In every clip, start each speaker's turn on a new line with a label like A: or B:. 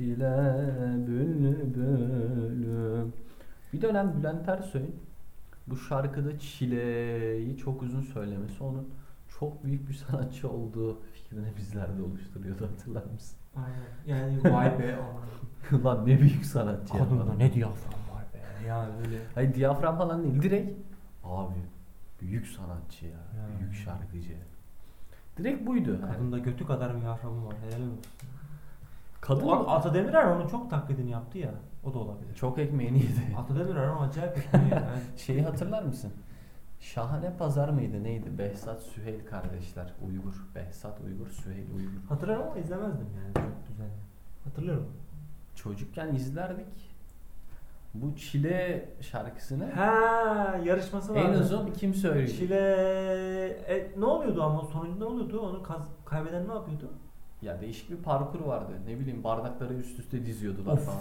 A: de bülbülüm. Bir dönem Bülent Ersoy'un bu şarkıda çileyi çok uzun söylemesi onun çok büyük bir sanatçı olduğu fikrini bizlerde oluşturuyordu hatırlar mısın?
B: Aynen. Yani vay be aman.
A: Lan ne büyük sanatçı ya
B: Kadında
A: falan.
B: ne diyafram var be. Yani öyle.
A: Hayır diyafram falan değil direkt abi büyük sanatçı ya,
B: Ya.
A: büyük şarkıcı. Direkt buydu. yani.
B: Kadında götü kadar bir diyaframı var. Helal olsun.
A: Kadın
B: O Ata Demirer onun çok taklidini yaptı ya. O da olabilir.
A: çok ekmeğini yedi.
B: Ata Demirer ama acayip bir şey yani.
A: Şeyi hatırlar mısın? Şahane Pazar mıydı neydi? Behzat Süheyl kardeşler. Uygur. Behzat Uygur, Süheyl Uygur.
B: Hatırlarım ama izlemezdim yani çok düzenli. Hatırlarım.
A: Çocukken izlerdik. Bu Çile şarkısını
B: Ha yarışması vardı.
A: en uzun kim söyleyecek?
B: Şile e, ne oluyordu ama sonucu ne oluyordu? Onu kaz- kaybeden ne yapıyordu?
A: Ya değişik bir parkur vardı. Ne bileyim bardakları üst üste diziyordular
B: Of,
A: falan.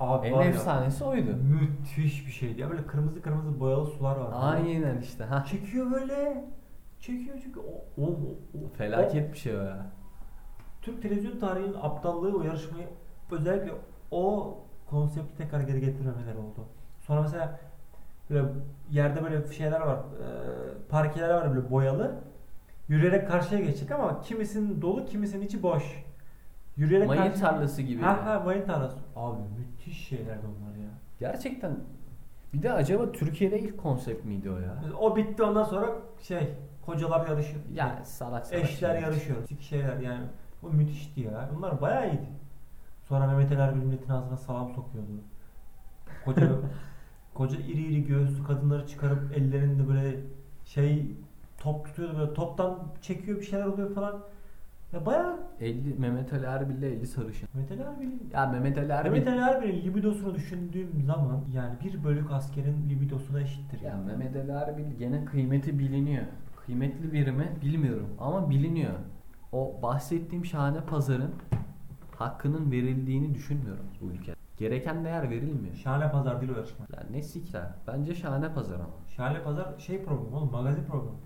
B: Abi
A: En
B: var ya,
A: efsanesi oydu.
B: Müthiş bir şeydi. Ya böyle kırmızı kırmızı boyalı sular var.
A: Aynen işte. Ha.
B: Çekiyor böyle. Çekiyor çekiyor. O, o, o- o-
A: Felaket bir şey o ya.
B: Türk televizyon tarihinin aptallığı o yarışmayı özellikle o konsepti tekrar geri getirmemeleri oldu. Sonra mesela böyle yerde böyle şeyler var, e, parkeler var böyle boyalı. Yürüyerek karşıya geçecek ama kimisinin dolu, kimisinin içi boş. Yürüyerek
A: Mayın
B: karşı-
A: tarlası gibi.
B: Ha ha
A: ya.
B: mayın tarlası. Abi müthiş şeylerdi onlar ya.
A: Gerçekten. Bir de acaba Türkiye'de ilk konsept miydi o ya?
B: Mesela O bitti ondan sonra şey kocalar yarışıyor.
A: Ya salak salak.
B: Eşler
A: şeyler.
B: yarışıyor. Sik şeyler yani. O müthişti ya. Bunlar bayağı iyiydi. Sonra Mehmet Ali Erbil milletin ağzına salam sokuyordu. Koca koca iri iri göğüslü kadınları çıkarıp ellerinde böyle şey top tutuyordu böyle toptan çekiyor bir şeyler oluyor falan. Ya bayağı
A: 50 Mehmet Ali Erbil ile 50 sarışın.
B: Mehmet Ali Erbil'in
A: Ya Mehmet Ali Erbil.
B: Mehmet Ali Erbil'in libidosunu düşündüğüm zaman yani bir bölük askerin libidosuna eşittir.
A: Ya
B: Yani.
A: Mehmet Ali Erbil gene kıymeti biliniyor. Kıymetli biri mi bilmiyorum ama biliniyor. O bahsettiğim şahane pazarın hakkının verildiğini düşünmüyorum bu ülkede. Gereken değer verilmiyor.
B: Şahane pazar değil o yarışma.
A: Ya ne sikler. Bence şahane pazar ama.
B: Şahane pazar şey programı oğlum magazin programı.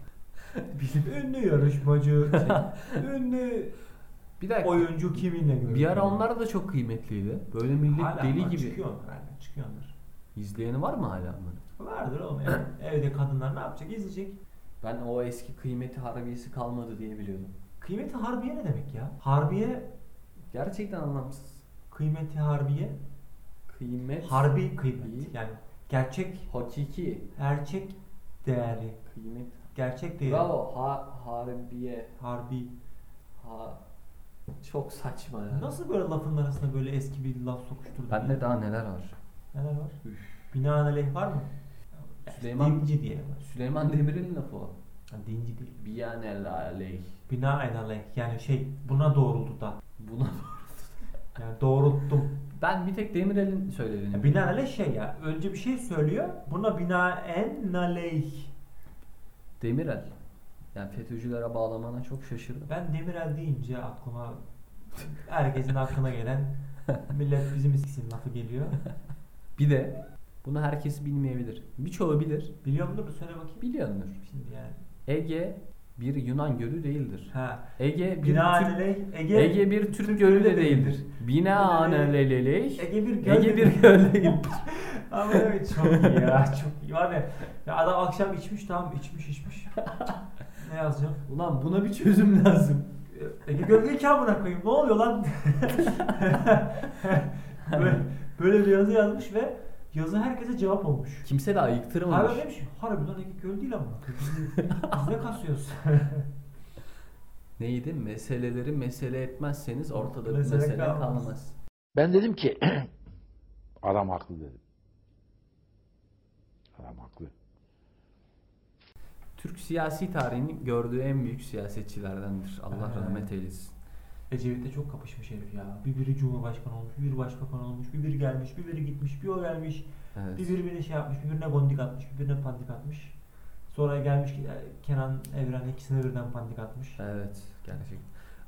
B: ünlü yarışmacı, şey, ünlü
A: Bir dakika.
B: oyuncu kiminle görüyor?
A: Bir ara onlar da çok kıymetliydi. Böyle millet
B: Hala
A: deli
B: onlar
A: gibi.
B: Çıkıyor onlar hala çıkıyor onlar.
A: İzleyeni var mı hala bunun?
B: Vardır oğlum ev- evde kadınlar ne yapacak? İzleyecek.
A: Ben o eski kıymeti harbiyesi kalmadı diye biliyordum.
B: Kıymeti harbiye ne demek ya? Harbiye,
A: Gerçekten anlamsız.
B: kıymeti harbiye,
A: Kıymet.
B: harbi kıymet.
A: İyi.
B: Yani gerçek,
A: Hakiki.
B: gerçek değerli,
A: Kıymet.
B: gerçek değeri.
A: Bravo. Ha, harbiye.
B: Harbi.
A: Ha. Çok saçma ya.
B: Nasıl böyle lafın arasında böyle eski bir laf sokuşturdun?
A: Bende
B: ya?
A: daha neler var.
B: Neler var?
A: Üf.
B: Binaenaleyh var mı?
A: Süleyman-
B: Dinci diyelim.
A: Süleyman Demirel'in lafı o.
B: Ha, Dinci değil.
A: Biyanel aleyh.
B: Binaenaleyh yani şey buna doğruldu da.
A: Buna
B: Yani doğrulttum.
A: ben bir tek Demirel'in söylediğini.
B: Ya
A: biliyorum.
B: Binaenaleyh şey ya. Önce bir şey söylüyor. Buna binaenaleyh.
A: Demirel. Yani FETÖ'cülere bağlamana çok şaşırdım.
B: Ben Demirel deyince aklıma herkesin aklına gelen millet bizim iskisin lafı geliyor.
A: Bir de bunu herkes bilmeyebilir. Birçoğu bilir.
B: Biliyor musun? Söyle bakayım.
A: Biliyordur.
B: Şimdi yani.
A: Ege bir Yunan gölü değildir.
B: Ha.
A: Ege bir Türk,
B: Binaenaleyh Ege,
A: Ege bir Türk, gölü de değildir. Binaenaleyh
B: Ege bir göl.
A: Ege bir göl değildir.
B: Ama evet çok iyi ya. Çok iyi. Var ya, ya adam akşam içmiş tamam içmiş içmiş. ne yazacağım?
A: Ulan buna bir çözüm lazım.
B: Ege gölgeyken amına koyayım. Ne oluyor lan? böyle, böyle bir yazı yazmış ve yazı herkese cevap olmuş.
A: Kimse de
B: Harbi
A: ayıktırmamış.
B: demiş. Harbi lan Ege göl değil amına koyayım. Biz, biz ne kasıyoruz?
A: Neydi? Meseleleri mesele etmezseniz ortada bir
B: Mesele
A: mesele
B: kalmaz.
A: kalmaz.
C: Ben dedim ki adam haklı dedim. Adam haklı.
A: Türk siyasi tarihinin gördüğü en büyük siyasetçilerdendir. Allah
B: Aynen.
A: rahmet eylesin.
B: Ecevit'le çok kapışmış herif ya. Bir biri cumhurbaşkanı olmuş, bir biri başbakan olmuş, bir biri gelmiş, bir biri gitmiş, bir o gelmiş.
A: Evet.
B: Bir birbirine şey yapmış, birbirine gondik atmış, birbirine pandik atmış. Sonra gelmiş ki, e, Kenan Evren ikisine birden pandik atmış.
A: Evet. Gerçekten.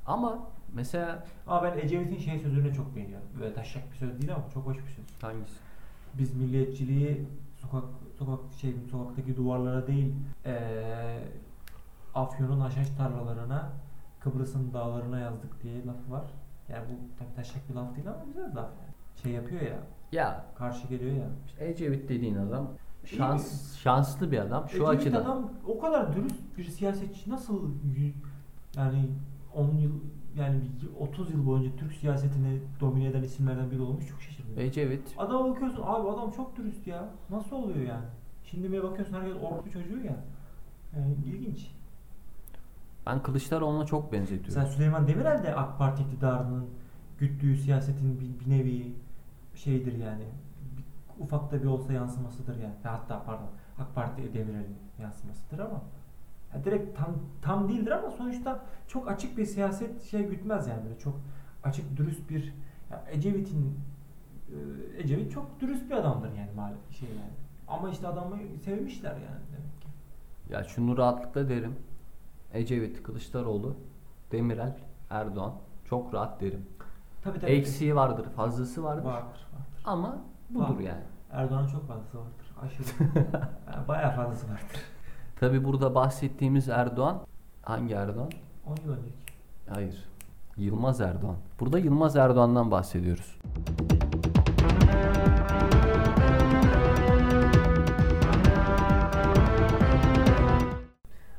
A: Ama mesela
B: Ama ben Ecevit'in şey sözünü çok beğeniyorum. Böyle taşak bir söz değil ama çok hoş bir söz.
A: hangisi?
B: Biz milliyetçiliği sokak sokak şey sokaktaki duvarlara değil, eee Afyon'un haşhaş tarlalarına, Kıbrıs'ın dağlarına yazdık diye laf var. Yani bu tabii taşak bir laf değil ama güzel bir laf. yani. Şey yapıyor ya,
A: Ya
B: karşı geliyor ya.
A: Ecevit dediğin adam
B: İyi
A: şans şanslı bir adam şu
B: Ecevit
A: açıdan.
B: E, adam o kadar dürüst bir siyasetçi nasıl y- yani 10 yıl yani bir 30 yıl boyunca Türk siyasetini domine eden isimlerden biri olmuş çok şaşırdım.
A: Ecevit
B: Adama bakıyorsun abi adam çok dürüst ya. Nasıl oluyor yani? Şimdi bir bakıyorsun herkes ordu çocuğu ya. Yani ilginç.
A: ben Kılıçdaroğlu'na çok benzetiyorum.
B: Mesela Süleyman Demirel de AK Parti iktidarının güttüğü siyasetin bir, bir nevi şeyidir yani. Bir, ufak da bir olsa yansımasıdır yani. Ya Hatta pardon AK Parti Demirel'in yansımasıdır ama ya direkt tam tam değildir ama sonuçta çok açık bir siyaset şey gütmez yani böyle çok açık dürüst bir ya Ecevit'in e, Ecevit çok dürüst bir adamdır yani maalesef şey yani. Ama işte adamı sevmişler yani demek ki.
A: Ya şunu rahatlıkla derim. Ecevit, Kılıçdaroğlu, Demirel, Erdoğan çok rahat derim.
B: Tabii tabii.
A: Eksiği vardır, fazlası vardır.
B: vardır. vardır.
A: Ama budur
B: Var.
A: yani.
B: Erdoğan'ın çok fazlası vardır. Aşırı. Yani bayağı fazlası vardır.
A: Tabi burada bahsettiğimiz Erdoğan hangi Erdoğan?
B: 10 yıl önceki.
A: Hayır. Yılmaz Erdoğan. Burada Yılmaz Erdoğan'dan bahsediyoruz.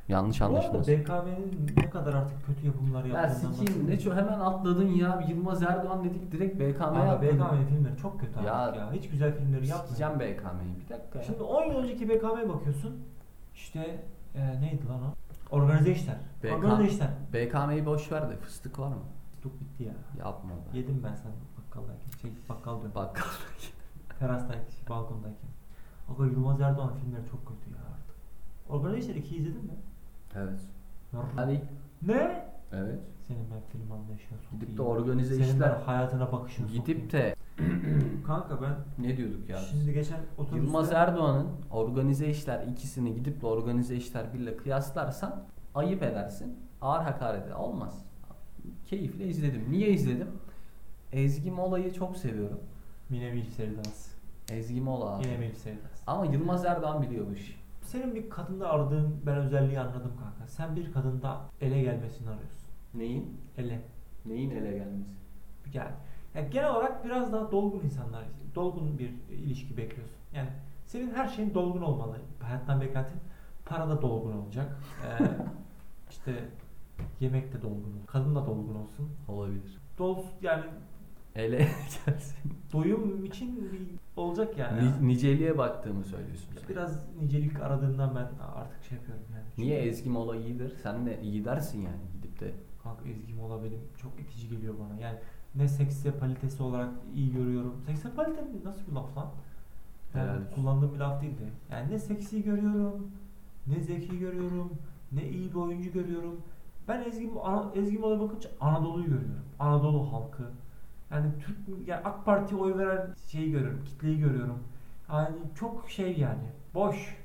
A: Yanlış
B: Bu arada
A: anlaşılmasın.
B: BKM'nin ne kadar artık kötü yapımlar
A: Ya
B: yaptığından
A: sikiyim ne ço- hemen atladın ya Yılmaz Erdoğan dedik direkt BKM
B: Abi
A: yaptın.
B: BKM filmleri çok kötü artık
A: Ya-
B: ya. Hiç güzel filmleri yapmıyor.
A: Sikeceğim BKM'yi bir dakika ya.
B: Şimdi 10 yıl önceki BKM'ye bakıyorsun. İşte e, neydi lan o? Organize işler.
A: BK.
B: Organize işler.
A: BKM'yi boş ver de fıstık var mı?
B: Stok bitti ya.
A: Yapma be.
B: Yedim ben sen bakkaldaki. Şey bakkal diyorum.
A: Bakkal.
B: Terastaki, şey, balkondaki. Aga Yılmaz Erdoğan filmleri çok kötü ya artık. Organize işler 2 izledin mi?
A: evet.
B: Yarrr.
A: Hadi.
B: Ne?
A: Evet.
B: Senin ben film anlayışına sokayım.
A: Gidip de organize
B: Senin ben
A: işler.
B: hayatına bakışına sokayım.
A: Gidip de
B: Kanka ben
A: ne diyorduk ya?
B: şimdi geçen otobüste...
A: Yılmaz Er- Erdoğan'ın organize işler ikisini gidip de organize işler birle kıyaslarsan ayıp edersin. Ağır hakaret eder. Olmaz. Keyifle izledim. Niye izledim? Ezgi Mola'yı çok seviyorum.
B: Mine Melih Sevdası.
A: Ezgi Mola abi.
B: Mine Melih Sevdası.
A: Ama Yılmaz Erdoğan biliyor bu işi.
B: Senin bir kadında aradığın ben özelliği anladım kanka. Sen bir kadında ele gelmesini arıyorsun.
A: Neyin?
B: Ele.
A: Neyin ele gelmesi?
B: Yani, yani genel olarak biraz daha dolgun insanlar, dolgun bir ilişki bekliyorsun. Yani senin her şeyin dolgun olmalı. Hayattan beklentin para da dolgun olacak. Ee, işte yemek de dolgun olsun. Kadın da dolgun olsun.
A: Olabilir.
B: Dol yani
A: Ele gelsin.
B: doyum için bir olacak yani.
A: Ni- niceliğe baktığımı söylüyorsun. sen.
B: Biraz nicelik aradığından ben artık şey yapıyorum yani.
A: Niye Ezgi Mola iyidir? Sen de iyi dersin yani gidip de.
B: Kanka Ezgi Mola benim çok itici geliyor bana. Yani ne sekse palitesi olarak iyi görüyorum. Sekse palite mi? Nasıl bir laf lan? Yani
A: Helal olsun.
B: kullandığım bir laf değildi. Yani ne seksi görüyorum, ne zeki görüyorum, ne iyi bir oyuncu görüyorum. Ben Ezgi, Ana- Ezgi Mola bakınca Anadolu'yu görüyorum. Anadolu halkı. Yani Türk, yani AK Parti'ye oy veren şeyi görüyorum, kitleyi görüyorum. Yani çok şey yani, boş.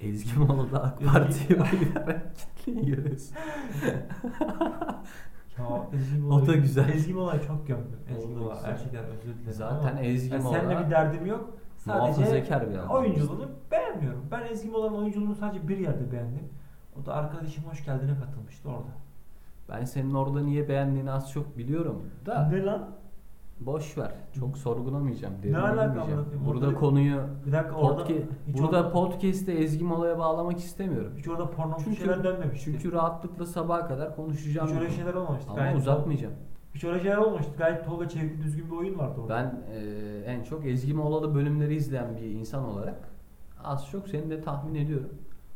A: Ezgi Mola'da AK
B: Ezgi-
A: Parti'ye oy veren kitleyi görüyorsun.
B: Ya Ezgi
A: O
B: Mola'yı-
A: da güzel.
B: Ezgi Mola'yı çok gömdüm. Ezgi
A: O da
B: Mola
A: güzel.
B: gerçekten özür dilerim.
A: Zaten Ezgi
B: Yani seninle bir
A: Mola
B: derdim yok. Sadece
A: muhafazakar bir adam.
B: oyunculuğunu beğenmiyorum. Ben Ezgi Mola'nın oyunculuğunu sadece bir yerde beğendim. O da arkadaşım hoş geldine katılmıştı orada.
A: Ben senin orada niye beğendiğini az çok biliyorum da
B: Ne lan?
A: boş ver. Çok sorgulamayacağım. derin
B: alaka
A: girmeyeceğim.
B: amına koyayım?
A: Burada
B: Orada-
A: konuyu
B: Bir dakika orada
A: podca-
B: hiç
A: burada
B: orada,
A: podcast'te Ezgi Mola'ya bağlamak istemiyorum.
B: hiç orada porno
A: Çünkü-
B: şeyler dönmemişti.
A: Çünkü rahatlıkla sabaha kadar
B: hiç
A: konuşacağım. bu
B: öyle
A: konuyu.
B: şeyler olmamıştı.
A: Ama uzatmayacağım.
B: Hiç öyle şeyler olmamıştı. Gayet Tolga Çevik düzgün bir oyun vardı orada.
A: Ben eee, en çok Ezgi Molalı bölümleri izleyen bir insan olarak az çok seni de tahmin ediyorum.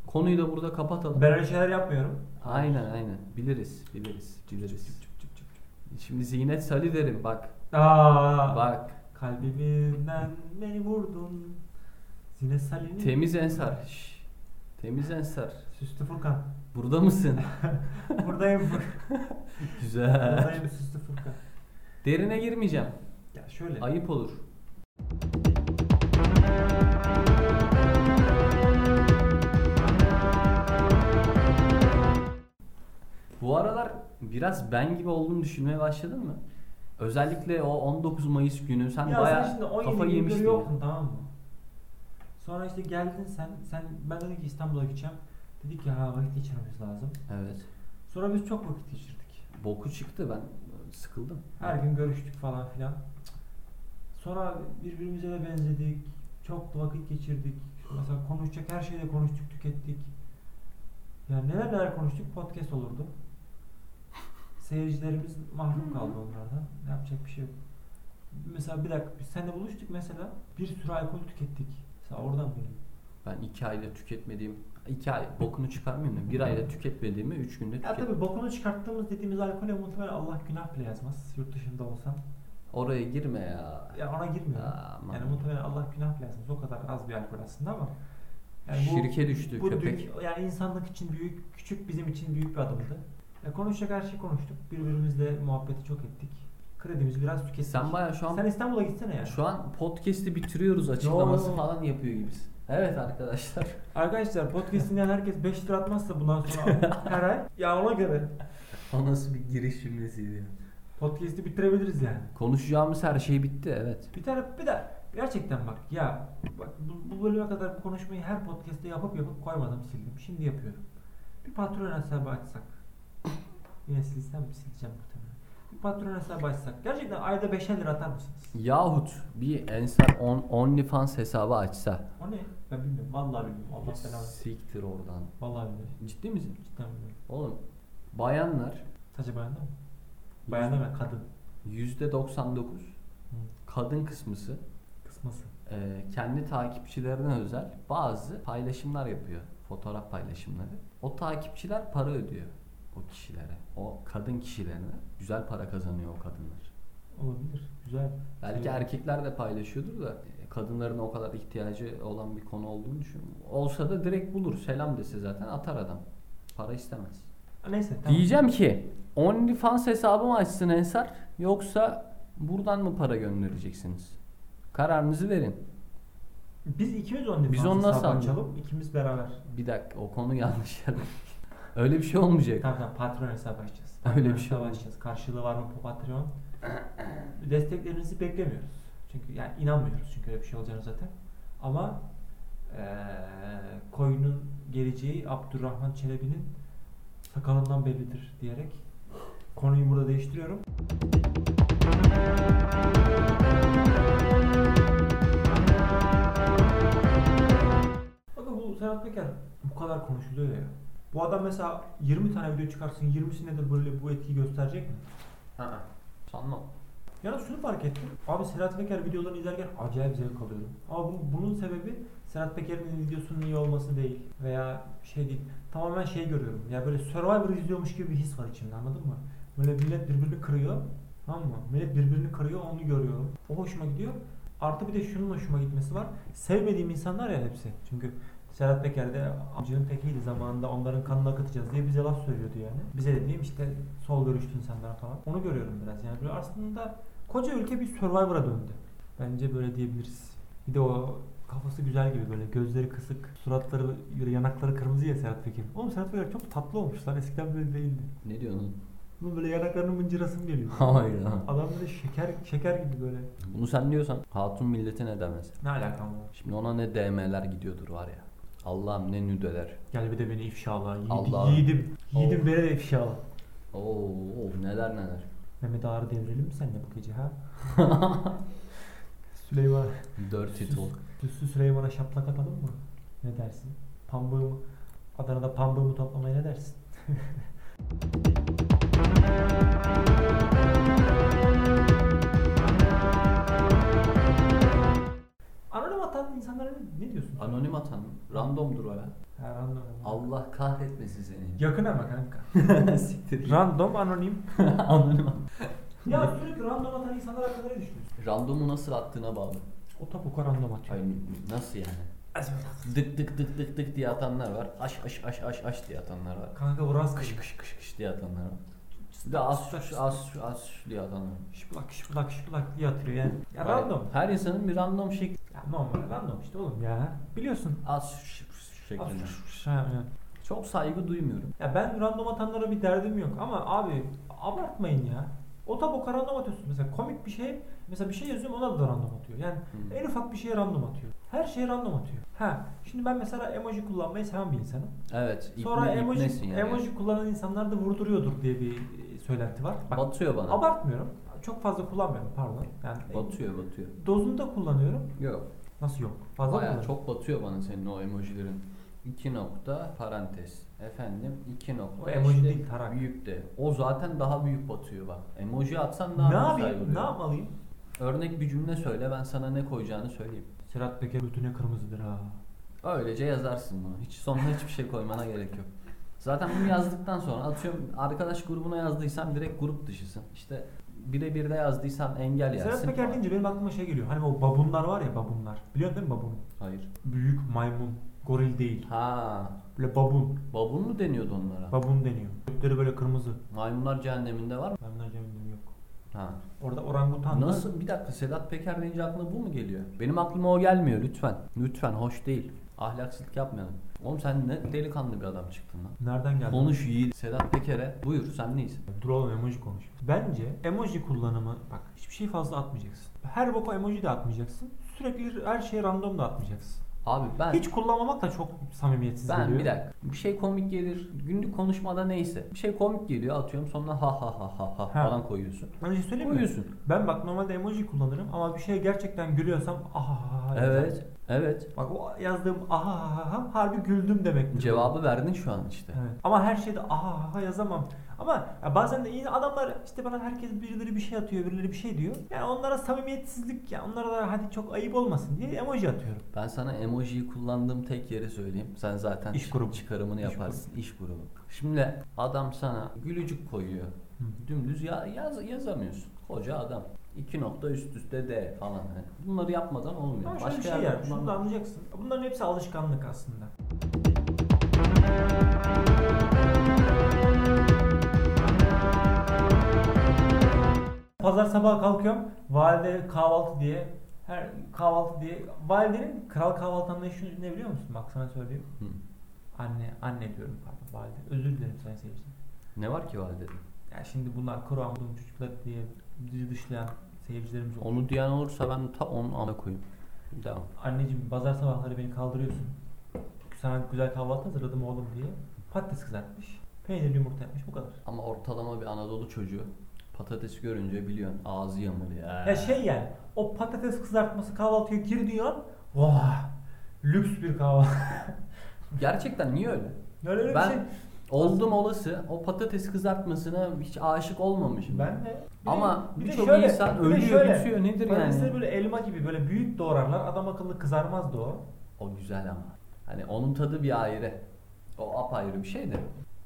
A: Konuyu da burada kapatalım.
B: Ben öyle şeyler yapmıyorum.
A: Aynen aynen. Biliriz, biliriz, biliriz. Şimdi Zinet Salih derim bak.
B: Aa,
A: Bak.
B: Kalbimden beni vurdun. Zine Salih'in
A: Temiz Ensar. Şş. Temiz Ensar.
B: Süslü Furkan.
A: Burada mısın?
B: Buradayım.
A: Güzel.
B: buradayım Süslü Furkan.
A: Derine girmeyeceğim.
B: Ya şöyle.
A: Ayıp olur. Bu aralar biraz ben gibi olduğunu düşünmeye başladın mı? Özellikle o 19 Mayıs günü sen
B: ya
A: bayağı
B: sen şimdi 17
A: kafayı
B: gün
A: yemiştin.
B: yoktun tamam mı? Sonra işte geldin sen, sen ben dedim ki İstanbul'a gideceğim. Dedik ki ha vakit geçirmemiz lazım.
A: Evet.
B: Sonra biz çok vakit geçirdik.
A: Boku çıktı ben. e, Sıkıldım.
B: Her gün görüştük falan filan. Sonra birbirimize de benzedik. Çok vakit geçirdik. Mesela konuşacak her şeyi de konuştuk, tükettik. Yani neler neler konuştuk podcast olurdu. Seyircilerimiz mahrum kaldı onlardan. Yapacak bir şey yok. Mesela bir dakika biz seninle buluştuk mesela. Bir sürü alkol tükettik. Mesela oradan biliyorum.
A: Ben iki ayda tüketmediğim, iki ay bokunu çıkarmayayım da bir ayda tüketmediğimi üç günde
B: Ya
A: tükettim.
B: tabii bokunu çıkarttığımız dediğimiz alkole muhtemelen Allah günah bile yazmaz. Yurt dışında olsan.
A: Oraya girme ya.
B: Ya ona girmiyor.
A: Aman.
B: Yani muhtemelen Allah günah bilensin. O kadar az bir alkol aslında ama.
A: Şirke düştü
B: bu
A: köpek.
B: dü- yani insanlık için büyük, küçük bizim için büyük bir adımdı. E, konuşacak her şeyi konuştuk. Birbirimizle muhabbeti çok ettik. Kredimiz biraz tükettik.
A: Sen baya şu an
B: Sen İstanbul'a gitsene ya.
A: şu an podcast'i bitiriyoruz açıklaması
B: Yo.
A: falan yapıyor gibisin. Evet arkadaşlar.
B: Arkadaşlar podcast dinleyen herkes 5 lira atmazsa bundan sonra her ay ya ona göre
A: O nasıl bir giriş cümlesiydi ya.
B: podcast'i bitirebiliriz yani.
A: Konuşacağımız her şey bitti evet.
B: Bir tane bir de gerçekten bak ya bak bu, bu bölüme kadar bu konuşmayı her podcast'te yapıp yapıp koymadım sildim. Şimdi yapıyorum. Bir patron hesabı açsak. Yine silsem mi sileceğim muhtemelen. Bir patron hesabı açsak. Gerçekten ayda 5'er lira atar mısınız?
A: Yahut bir Ensar on, OnlyFans hesabı açsa.
B: O ne? Ben bilmiyorum. Vallahi bilmiyorum. Allah belanı.
A: Siktir oradan.
B: Vallahi bilmiyorum.
A: Ciddi misin?
B: Cidden bilmiyorum.
A: Oğlum bayanlar
B: Sadece bayanda mı? Bayanda mı? Kadın.
A: %99
B: Hı.
A: kadın kısmısı
B: Kısması.
A: e, kendi takipçilerine özel bazı paylaşımlar yapıyor. Fotoğraf paylaşımları. O takipçiler para ödüyor o kişilere. O kadın kişilerine. Güzel para kazanıyor o kadınlar.
B: Olabilir. Güzel.
A: Belki
B: Evet.
A: erkekler de paylaşıyordur da e, kadınların o kadar ihtiyacı olan bir konu olduğunu düşünmüyorum. Olsa da direkt bulur. Selam dese zaten atar adam. Para istemez.
B: Neyse tamam.
A: Diyeceğim ki OnlyFans hesabı mı açsın Ensar yoksa buradan mı para göndereceksiniz? Kararınızı verin.
B: Biz ikimiz onu
A: Biz onu nasıl
B: açalım? İkimiz beraber.
A: Bir dakika o konu yanlış yerde. Öyle bir şey olmayacak.
B: Tamam tamam patron hesabı açacağız.
A: Öyle
B: Patron
A: bir şey
B: hesabı
A: olmaz.
B: açacağız. Karşılığı var mı bu Patreon? Desteklerinizi beklemiyoruz. Çünkü yani inanmıyoruz çünkü öyle bir şey olacağını zaten. Ama eee koyunun geleceği Abdurrahman Çelebi'nin sakalından bellidir diyerek konuyu burada değiştiriyorum. Bakın bu Serhat Peker bu kadar konuşuluyor ya. Bu adam mesela 20 tane video çıkarsın 20'sinde de böyle bu etkiyi gösterecek mi?
A: Sanmam.
B: Yalnız şunu fark ettim. Abi Serhat Peker videolarını izlerken acayip zevk alıyorum. Ama bu- bunun sebebi Serhat Peker'in videosunun iyi olması değil. Veya şey değil. Tamamen şey görüyorum. Ya böyle Survivor izliyormuş gibi bir his var içimde anladın mı? Böyle millet birbirini kırıyor. Tamam mı? Millet birbirini kırıyor onu görüyorum. O hoşuma gidiyor. Artı bir de şunun hoşuma gitmesi var. Sevmediğim insanlar ya hepsi. Çünkü Serhat Peker de amcının tekiydi zamanında onların kanını akıtacağız diye bize laf söylüyordu yani. Bize dediğim işte sol görüşlü insanlar falan. Onu görüyorum biraz yani. Böyle aslında koca ülke bir Survivor'a döndü. Bence böyle diyebiliriz. Bir de o kafası güzel gibi böyle gözleri kısık, suratları böyle yanakları kırmızı ya Serhat Peker. Oğlum Serhat Peker çok tatlı olmuş lan eskiden böyle değildi.
A: Ne diyorsun? oğlum?
B: Bunun böyle yanaklarının mıncırasım geliyor.
A: Hayır ha.
B: Adam böyle şeker şeker gibi böyle.
A: Bunu sen diyorsan hatun millete ne demez.
B: Ne alakam var?
A: Şimdi ona ne DM'ler gidiyordur var ya. Allah'ım ne nüdeler.
B: Gel bir de beni ifşala. Yiğidim.
A: Allah.
B: Yiğidim, yiğidim
A: Oh.
B: beni de ifşala.
A: Oo, oo, neler neler.
B: Mehmet Ağar'ı devirelim mi seninle bu gece ha? Süleyman.
A: Dirty
B: Sus.
A: talk.
B: Üstü Süleyman'a şaplak atalım mı? Ne dersin? Pambuğumu, Adana'da pambuğumu toplamaya ne dersin? Anonim atan insanlara ne, ne diyorsun?
A: Anonim atan mı? Randomdur o ya.
B: Ha, random.
A: Allah kahretmesin seni.
B: Yakın ama kanka.
A: Siktir. git.
B: Random anonim.
A: Anonim at-
B: ya sürekli random atan insanlar hakkında ne düşünüyorsun?
A: Randomu nasıl attığına bağlı.
B: O tapuka random atıyor.
A: Hayır nasıl yani? Dık dık dık dık dık diye atanlar var. Aş aş aş aş aş diye atanlar var.
B: Kanka bu rast
A: Kış
B: kışık.
A: kış kış kış diye atanlar var. Bir de az şu az şu az şu diye atanlar. var.
B: Şıplak şıplak şıplak diye atıyor yani. Ya
A: Hayır,
B: random.
A: Her insanın bir random şekli.
B: Ya normal random işte oğlum ya. Biliyorsun.
A: Az şu- şu- şu şeklinde.
B: Ha, evet.
A: Çok saygı duymuyorum.
B: Ya ben random atanlara bir derdim yok ama abi abartmayın ya. O taboka random atıyorsun mesela komik bir şey mesela bir şey yazıyorum ona da random atıyor. Yani
A: Hı.
B: en ufak bir şeye random atıyor. Her şeye random atıyor. Ha şimdi ben mesela emoji kullanmayı seven bir insanım.
A: Evet.
B: Sonra
A: ikne-
B: emoji
A: iknesin yani.
B: emoji kullanan insanlar da vurduruyordur diye bir e, söylenti var. Bak,
A: Batıyor bana.
B: abartmıyorum. Çok fazla kullanmıyorum pardon. Yani
A: Batıyor batıyor.
B: dozunda kullanıyorum.
A: Yok.
B: Nasıl yok? Fazla
A: Baya
B: kullanıyorum.
A: çok batıyor bana senin o emojilerin. 2 nokta parantez. Efendim 2 nokta.
B: O emoji
A: işte
B: değil, tarak.
A: Büyük de. O zaten daha büyük batıyor bak. Emoji atsan
B: Ne
A: daha güzel
B: yapayım? Ne
A: vuruyor.
B: yapmalıyım?
A: Örnek bir cümle söyle ben sana ne koyacağını söyleyeyim.
B: Serhat Peker götüne kırmızıdır ha.
A: Öylece yazarsın bunu. Hiç sonuna hiçbir şey koymana gerek yok. Zaten bunu yazdıktan sonra atıyorum arkadaş grubuna yazdıysan direkt grup dışısın. İşte birebir de yazdıysan engel yersin.
B: Serhat Peker deyince benim aklıma şey geliyor. Hani o babunlar var ya babunlar. Biliyorsun değil mi babun?
A: Hayır.
B: Büyük maymun. Goril değil.
A: Ha,
B: Böyle babun.
A: babun mu deniyordu onlara?
B: Babun deniyor. Gökleri böyle kırmızı.
A: Maymunlar cehenneminde var mı?
B: Maymunlar cebimde yok.
A: Ha.
B: Orada orangutan.
A: Nasıl? Bir dakika Sedat Peker deyince aklına bu mu geliyor? Benim aklıma o gelmiyor lütfen. Lütfen hoş değil. Ahlaksızlık yapmayalım. Oğlum sen ne delikanlı bir adam çıktın lan.
B: Nereden geldi?
A: Konuş yiğit. Sedat Peker'e buyur sen neysin?
B: Dur oğlum emoji konuş. Bence emoji kullanımı bak hiçbir şey fazla atmayacaksın. Her boku emoji de atmayacaksın. Sürekli her şeye random da atmayacaksın.
A: Abi ben...
B: Hiç kullanmamak da çok samimiyetsiz
A: Ben
B: geliyor.
A: bir dakika. Bir şey komik gelir. Günlük konuşmada neyse. Bir şey komik geliyor atıyorum sonra ha ha ha ha ha
B: Ha.
A: falan koyuyorsun.
B: Ben bir şey söyleyeyim mi?
A: Koyuyorsun.
B: Ben bak normalde emoji kullanırım ama bir şeye gerçekten gülüyorsam aha
A: Evet. Evet.
B: Bak o yazdığım aha harbi güldüm demektir.
A: Cevabı verdin şu an işte.
B: Evet. Ama her şeyde aha yazamam. Ama ya bazen de yine adamlar işte bana herkes birileri bir şey atıyor, birileri bir şey diyor. Yani onlara samimiyetsizlik ya onlara da hadi çok ayıp olmasın diye emoji atıyorum.
A: Ben sana emojiyi kullandığım tek yeri söyleyeyim. Sen zaten
B: İş
A: çı-
B: grubu.
A: çıkarımını
B: İş
A: yaparsın. İş grubu. Şimdi adam sana gülücük koyuyor. Dümdüz ya, yaz, yazamıyorsun. Koca adam. İki nokta üst üste D falan. Yani Bunları yapmadan olmuyor.
B: Ama şöyle bir şey
A: yerde
B: yani şunu da
A: kullanma.
B: anlayacaksın. Bunların hepsi alışkanlık aslında. Pazar sabahı kalkıyorum. Valide kahvaltı diye her kahvaltı diye validenin kral kahvaltı anlayışı ne biliyor musun? Bak sana söyleyeyim.
A: Hı.
B: Anne anne diyorum pardon valide. Özür dilerim sayın seyirciler.
A: Ne var ki valide?
B: Yani şimdi bunlar Kur'an bulduğum çocuklar diye bizi dışlayan seyircilerimiz oldu.
A: Onu diyen olursa ben ta onun ana koyayım. Devam.
B: Anneciğim pazar sabahları beni kaldırıyorsun. Sana güzel kahvaltı hazırladım oğlum diye. Patates kızartmış. Peynirli yumurta yapmış bu kadar.
A: Ama ortalama bir Anadolu çocuğu patatesi görünce biliyorsun ağzı yamuluyor.
B: Ya şey yani o patates kızartması kahvaltıya girdiği an vah lüks bir kahvaltı.
A: Gerçekten niye öyle?
B: Öyle öyle
A: Ben-
B: bir şey.
A: Oldum olası o patates kızartmasına hiç aşık olmamışım.
B: Ben de.
A: Ama
B: bir de
A: birçok
B: şöyle,
A: insan
B: bir de
A: ölüyor
B: şöyle,
A: bitiyor nedir
B: Patatesleri
A: yani?
B: böyle elma gibi böyle büyük doğrarlar. Adam akıllı kızarmaz da o.
A: O güzel ama. Hani onun tadı bir ayrı. O apayrı bir şey de.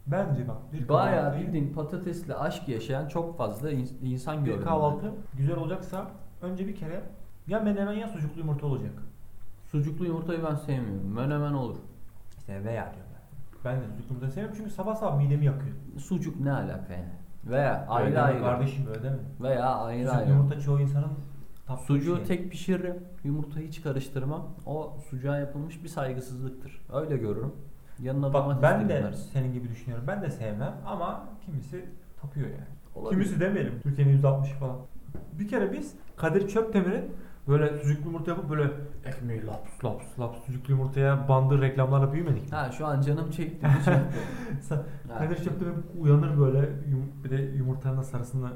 B: Bence bak bir
A: Bayağı
B: kahvaltıyı-
A: bildiğin patatesle aşk yaşayan çok fazla in- insan gördüm.
B: Bir
A: ben.
B: kahvaltı güzel olacaksa önce bir kere ya menemen ya sucuklu yumurta olacak.
A: Sucuklu yumurtayı ben sevmiyorum. Menemen olur.
B: İşte veya diyorum ben. Ben de sucuklu yumurta sevmiyorum çünkü sabah sabah midemi yakıyor.
A: Sucuk ne alaka yani? Veya
B: Öyle
A: ayrı
B: deme
A: ayrı.
B: Kardeşim öyle mi?
A: Veya ayrı
B: Sucuklu
A: ayrı.
B: yumurta çoğu insanın şey. tatlı
A: Sucuğu
B: şeyi.
A: tek pişiririm. Yumurtayı hiç karıştırmam. O sucuğa yapılmış bir saygısızlıktır. Öyle görürüm. Yanına
B: Bak
A: domates
B: ben de
A: eklersin.
B: senin gibi düşünüyorum. Ben de sevmem ama kimisi tapıyor yani.
A: Olabilir.
B: Kimisi demeyelim. Türkiye'nin %60 falan. Bir kere biz Kadir Çöptemir'in böyle sucuklu yumurta yapıp böyle ekmeği laps laps laps sucuklu yumurtaya bandı reklamlarla büyümedik mi?
A: Ha şu an canım çekti. bir şey yapıyorum.
B: Sa-
A: Ha.
B: Kadir Çöptemir uyanır böyle yum- bir de yumurtanın da sarısını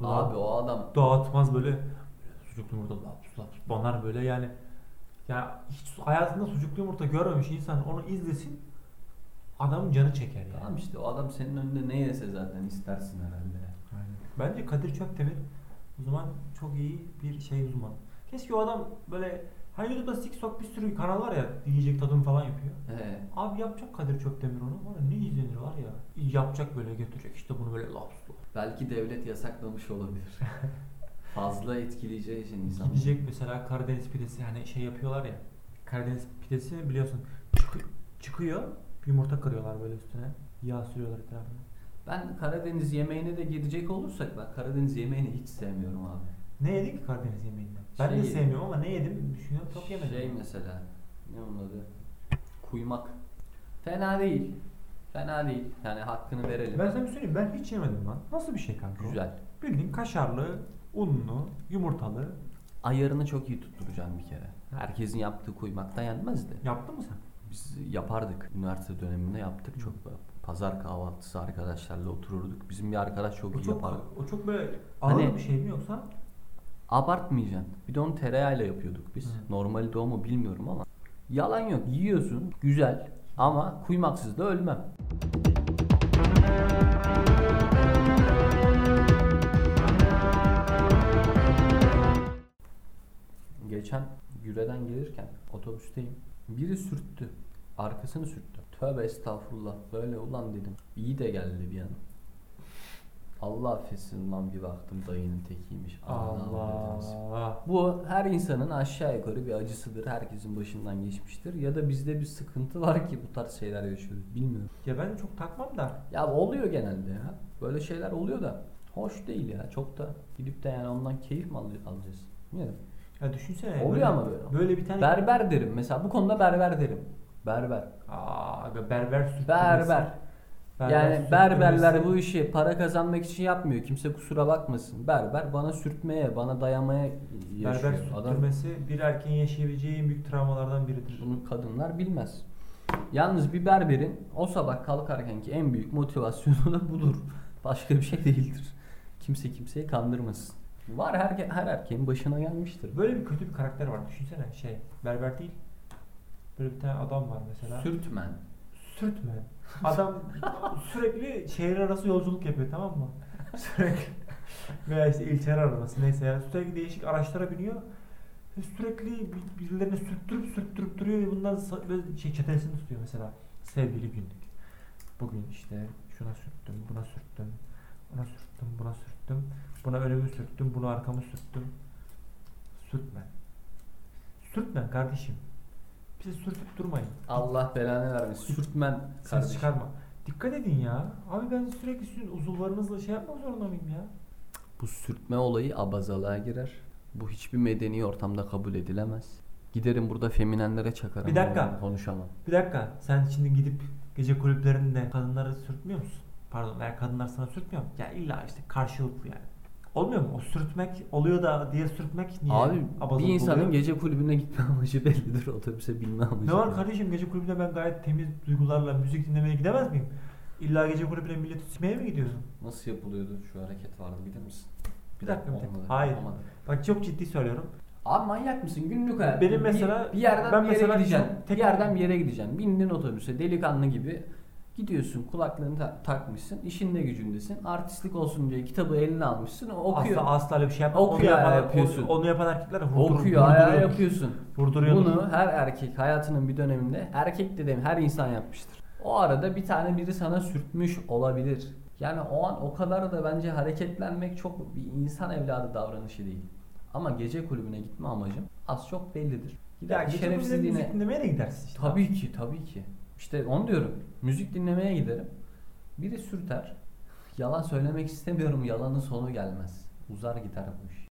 B: bular-
A: Abi o adam
B: dağıtmaz böyle sucuklu yumurta laps laps banar böyle yani ya hiç hayatında sucuklu yumurta görmemiş insan onu izlesin adamın canı çeker yani.
A: tamam işte o adam senin önünde ne yese zaten istersin herhalde.
B: Aynen. Bence Kadir Çöptemir o zaman çok iyi bir şey uzmanı. Keşke o adam böyle hani YouTube'da TikTok bir sürü kanal var ya yiyecek tadım falan yapıyor.
A: He.
B: Abi yapacak Kadir Çöptemir onu. Var ya ne izlenir var ya. Yapacak böyle götürecek işte bunu böyle laps laps.
A: Belki devlet yasaklamış olabilir. Fazla etkileyeceği için insan.
B: Gidecek mesela Karadeniz pidesi hani şey yapıyorlar ya. Karadeniz pidesi biliyorsun çıkıyor, çıkıyor yumurta kırıyorlar böyle üstüne. Yağ sürüyorlar etrafına.
A: Ben Karadeniz yemeğine de gidecek olursak ben Karadeniz yemeğini hiç sevmiyorum abi.
B: Ne yedin ki Karadeniz yemeğinden? Ben de
A: Şey-
B: sevmiyorum ama ne yedim düşünüyorum çok yemedim.
A: Şey mesela ne onun adı? Kuymak. Fena değil. Fena değil. Yani hakkını verelim.
B: Ben sana bir söyleyeyim ben hiç yemedim lan. Nasıl bir şey kanka? o?
A: Güzel.
B: Bildiğin kaşarlı, unlu, yumurtalı.
A: Ayarını çok iyi tutturacağım bir kere. Herkesin yaptığı kuymaktan yenmezdi.
B: Yaptın mı sen?
A: Biz yapardık. Üniversite döneminde yaptık çok. Pazar kahvaltısı arkadaşlarla otururduk. Bizim bir arkadaş çok
B: O
A: iyi
B: E, çok,
A: yapardı.
B: o çok böyle ağır
A: Hani-
B: bir şey mi yoksa?
A: Abartmayacaksın. Bir de onu tereyağıyla yapıyorduk biz.
B: Hı.
A: Normali de o mu bilmiyorum ama. Yalan yok. Yiyorsun. Güzel. Ama kuymaksız da ölmem. Geçen Güre'den gelirken otobüsteyim. Biri sürttü. Arkasını sürttü. Tövbe estağfurullah. Böyle ulan dedim. İyi de geldi bir an. Allah affetsin lan bir baktım dayının tekiymiş.
B: Allah.
A: dedim. Bu her insanın aşağı yukarı bir acısıdır. Herkesin başından geçmiştir. Ya da bizde bir sıkıntı var ki bu tarz şeyler yaşıyoruz. Bilmiyorum.
B: Ya ben çok takmam da.
A: Ya oluyor genelde ya. Böyle şeyler oluyor da. Hoş değil ya. Çok da gidip de yani ondan keyif mi alıyor- alacağız? Bilmiyorum.
B: Ya düşünsene.
A: Oluyor
B: böyle,
A: ama böyle.
B: Böyle bir tane.
A: Berber derim. Mesela bu konuda berber derim. Berber.
B: Aa, be- berber sürttürmesi.
A: Berber. Yani
B: sürttürmesi.
A: berberler bu işi para kazanmak için yapmıyor. Kimse kusura bakmasın. Berber bana sürtmeye, bana dayamaya yaşıyor.
B: Berber
A: Adam
B: sürttürmesi bir erkeğin yaşayabileceği en büyük travmalardan biridir.
A: Bunu kadınlar bilmez. Yalnız bir berberin o sabah kalkarkenki en büyük motivasyonu da budur. Başka bir şey değildir. Kimse kimseyi kandırmasın. Var her, her erkeğin başına gelmiştir.
B: Böyle bir kötü bir karakter var. Düşünsene şey. Berber değil. Böyle bir tane adam var mesela.
A: Sürtmen.
B: Sürtme. Adam sürekli şehir arası yolculuk yapıyor tamam mı? Sürekli. Veya işte ilçeler arası neyse ya. Sürekli değişik araçlara biniyor. Ve sürekli bir- birilerine sürttürüp sürttürüp duruyor ve bundan sa- ve şey çetesini tutuyor mesela. Sevgili günlük. Bugün işte şuna sürttüm, buna sürttüm, ona sürttüm, buna sürttüm, buna önümü sürttüm, bunu arkamı sürttüm. Sürtme. Sürtme kardeşim. Bize sürtüp durmayın.
A: Allah belanı vermesin. Sürtmen.
B: Ses
A: kardeşim.
B: çıkarma. Dikkat edin ya. Abi ben sürekli sizin uzuvlarınızla şey yapmak zorunda mıyım ya?
A: Bu sürtme olayı abazalığa girer. Bu hiçbir medeni ortamda kabul edilemez. Giderim burada feminenlere çakarım.
B: Bir dakika.
A: Yani Konuşamam.
B: Bir dakika. Sen şimdi gidip gece kulüplerinde kadınları sürtmüyor musun? Pardon eğer kadınlar sana sürtmüyor mu? Ya illa işte karşılıklı yani. Olmuyor mu? O sürtmek oluyor da diye sürtmek niye?
A: Abi
B: abazalık
A: bir insanın
B: oluyor?
A: gece kulübüne gitme amacı bellidir. Otobüse binme amacı.
B: Ne var
A: bellidir.
B: kardeşim gece kulübüne ben gayet temiz duygularla müzik dinlemeye gidemez miyim? İlla gece kulübüne milleti sürmeye mi gidiyorsun?
A: Nasıl yapılıyordu? Şu hareket vardı bilir misin?
B: Bir dakika, bir dakika.
A: Olmadı,
B: Hayır.
A: olmadı.
B: Bak çok ciddi söylüyorum.
A: Abi manyak mısın? Günlük hayat.
B: Benim
A: Bir-
B: mesela-
A: bir, yerden
B: ben
A: bir yere
B: mesela
A: gideceksin.
B: çok-
A: Bir
B: tek-
A: yerden bir yere gideceksin. Bindin otobüse delikanlı gibi gidiyorsun kulaklığını ta- takmışsın. işinde gücündesin. Artistlik olsun diye kitabı eline almışsın. Okuyor.
B: Asla, asla öyle bir şey yapma.
A: Okuyor
B: onu yapan,
A: ayağı yapıyorsun.
B: Onu, onu yapan erkekler vurdurur.
A: Okuyor, ayağı
B: vurduruyordur.
A: yapıyorsun.
B: Vurduruyordum.
A: Bunu her erkek hayatının bir döneminde erkek dediğim her insan yapmıştır. O arada bir tane biri sana sürtmüş olabilir. Yani o an o kadar da bence hareketlenmek çok bir insan evladı davranışı değil. Ama gece kulübüne gitme amacım az çok bellidir.
B: ya
A: Gider
B: gece kulübüne
A: şerefsizliğine.
B: müzik dinlemeye de gidersin işte.
A: Tabii ki tabii ki. İşte onu diyorum. Müzik dinlemeye giderim. Biri sürter. Yalan söylemek istemiyorum. Yalanın sonu gelmez. Uzar gider bu iş.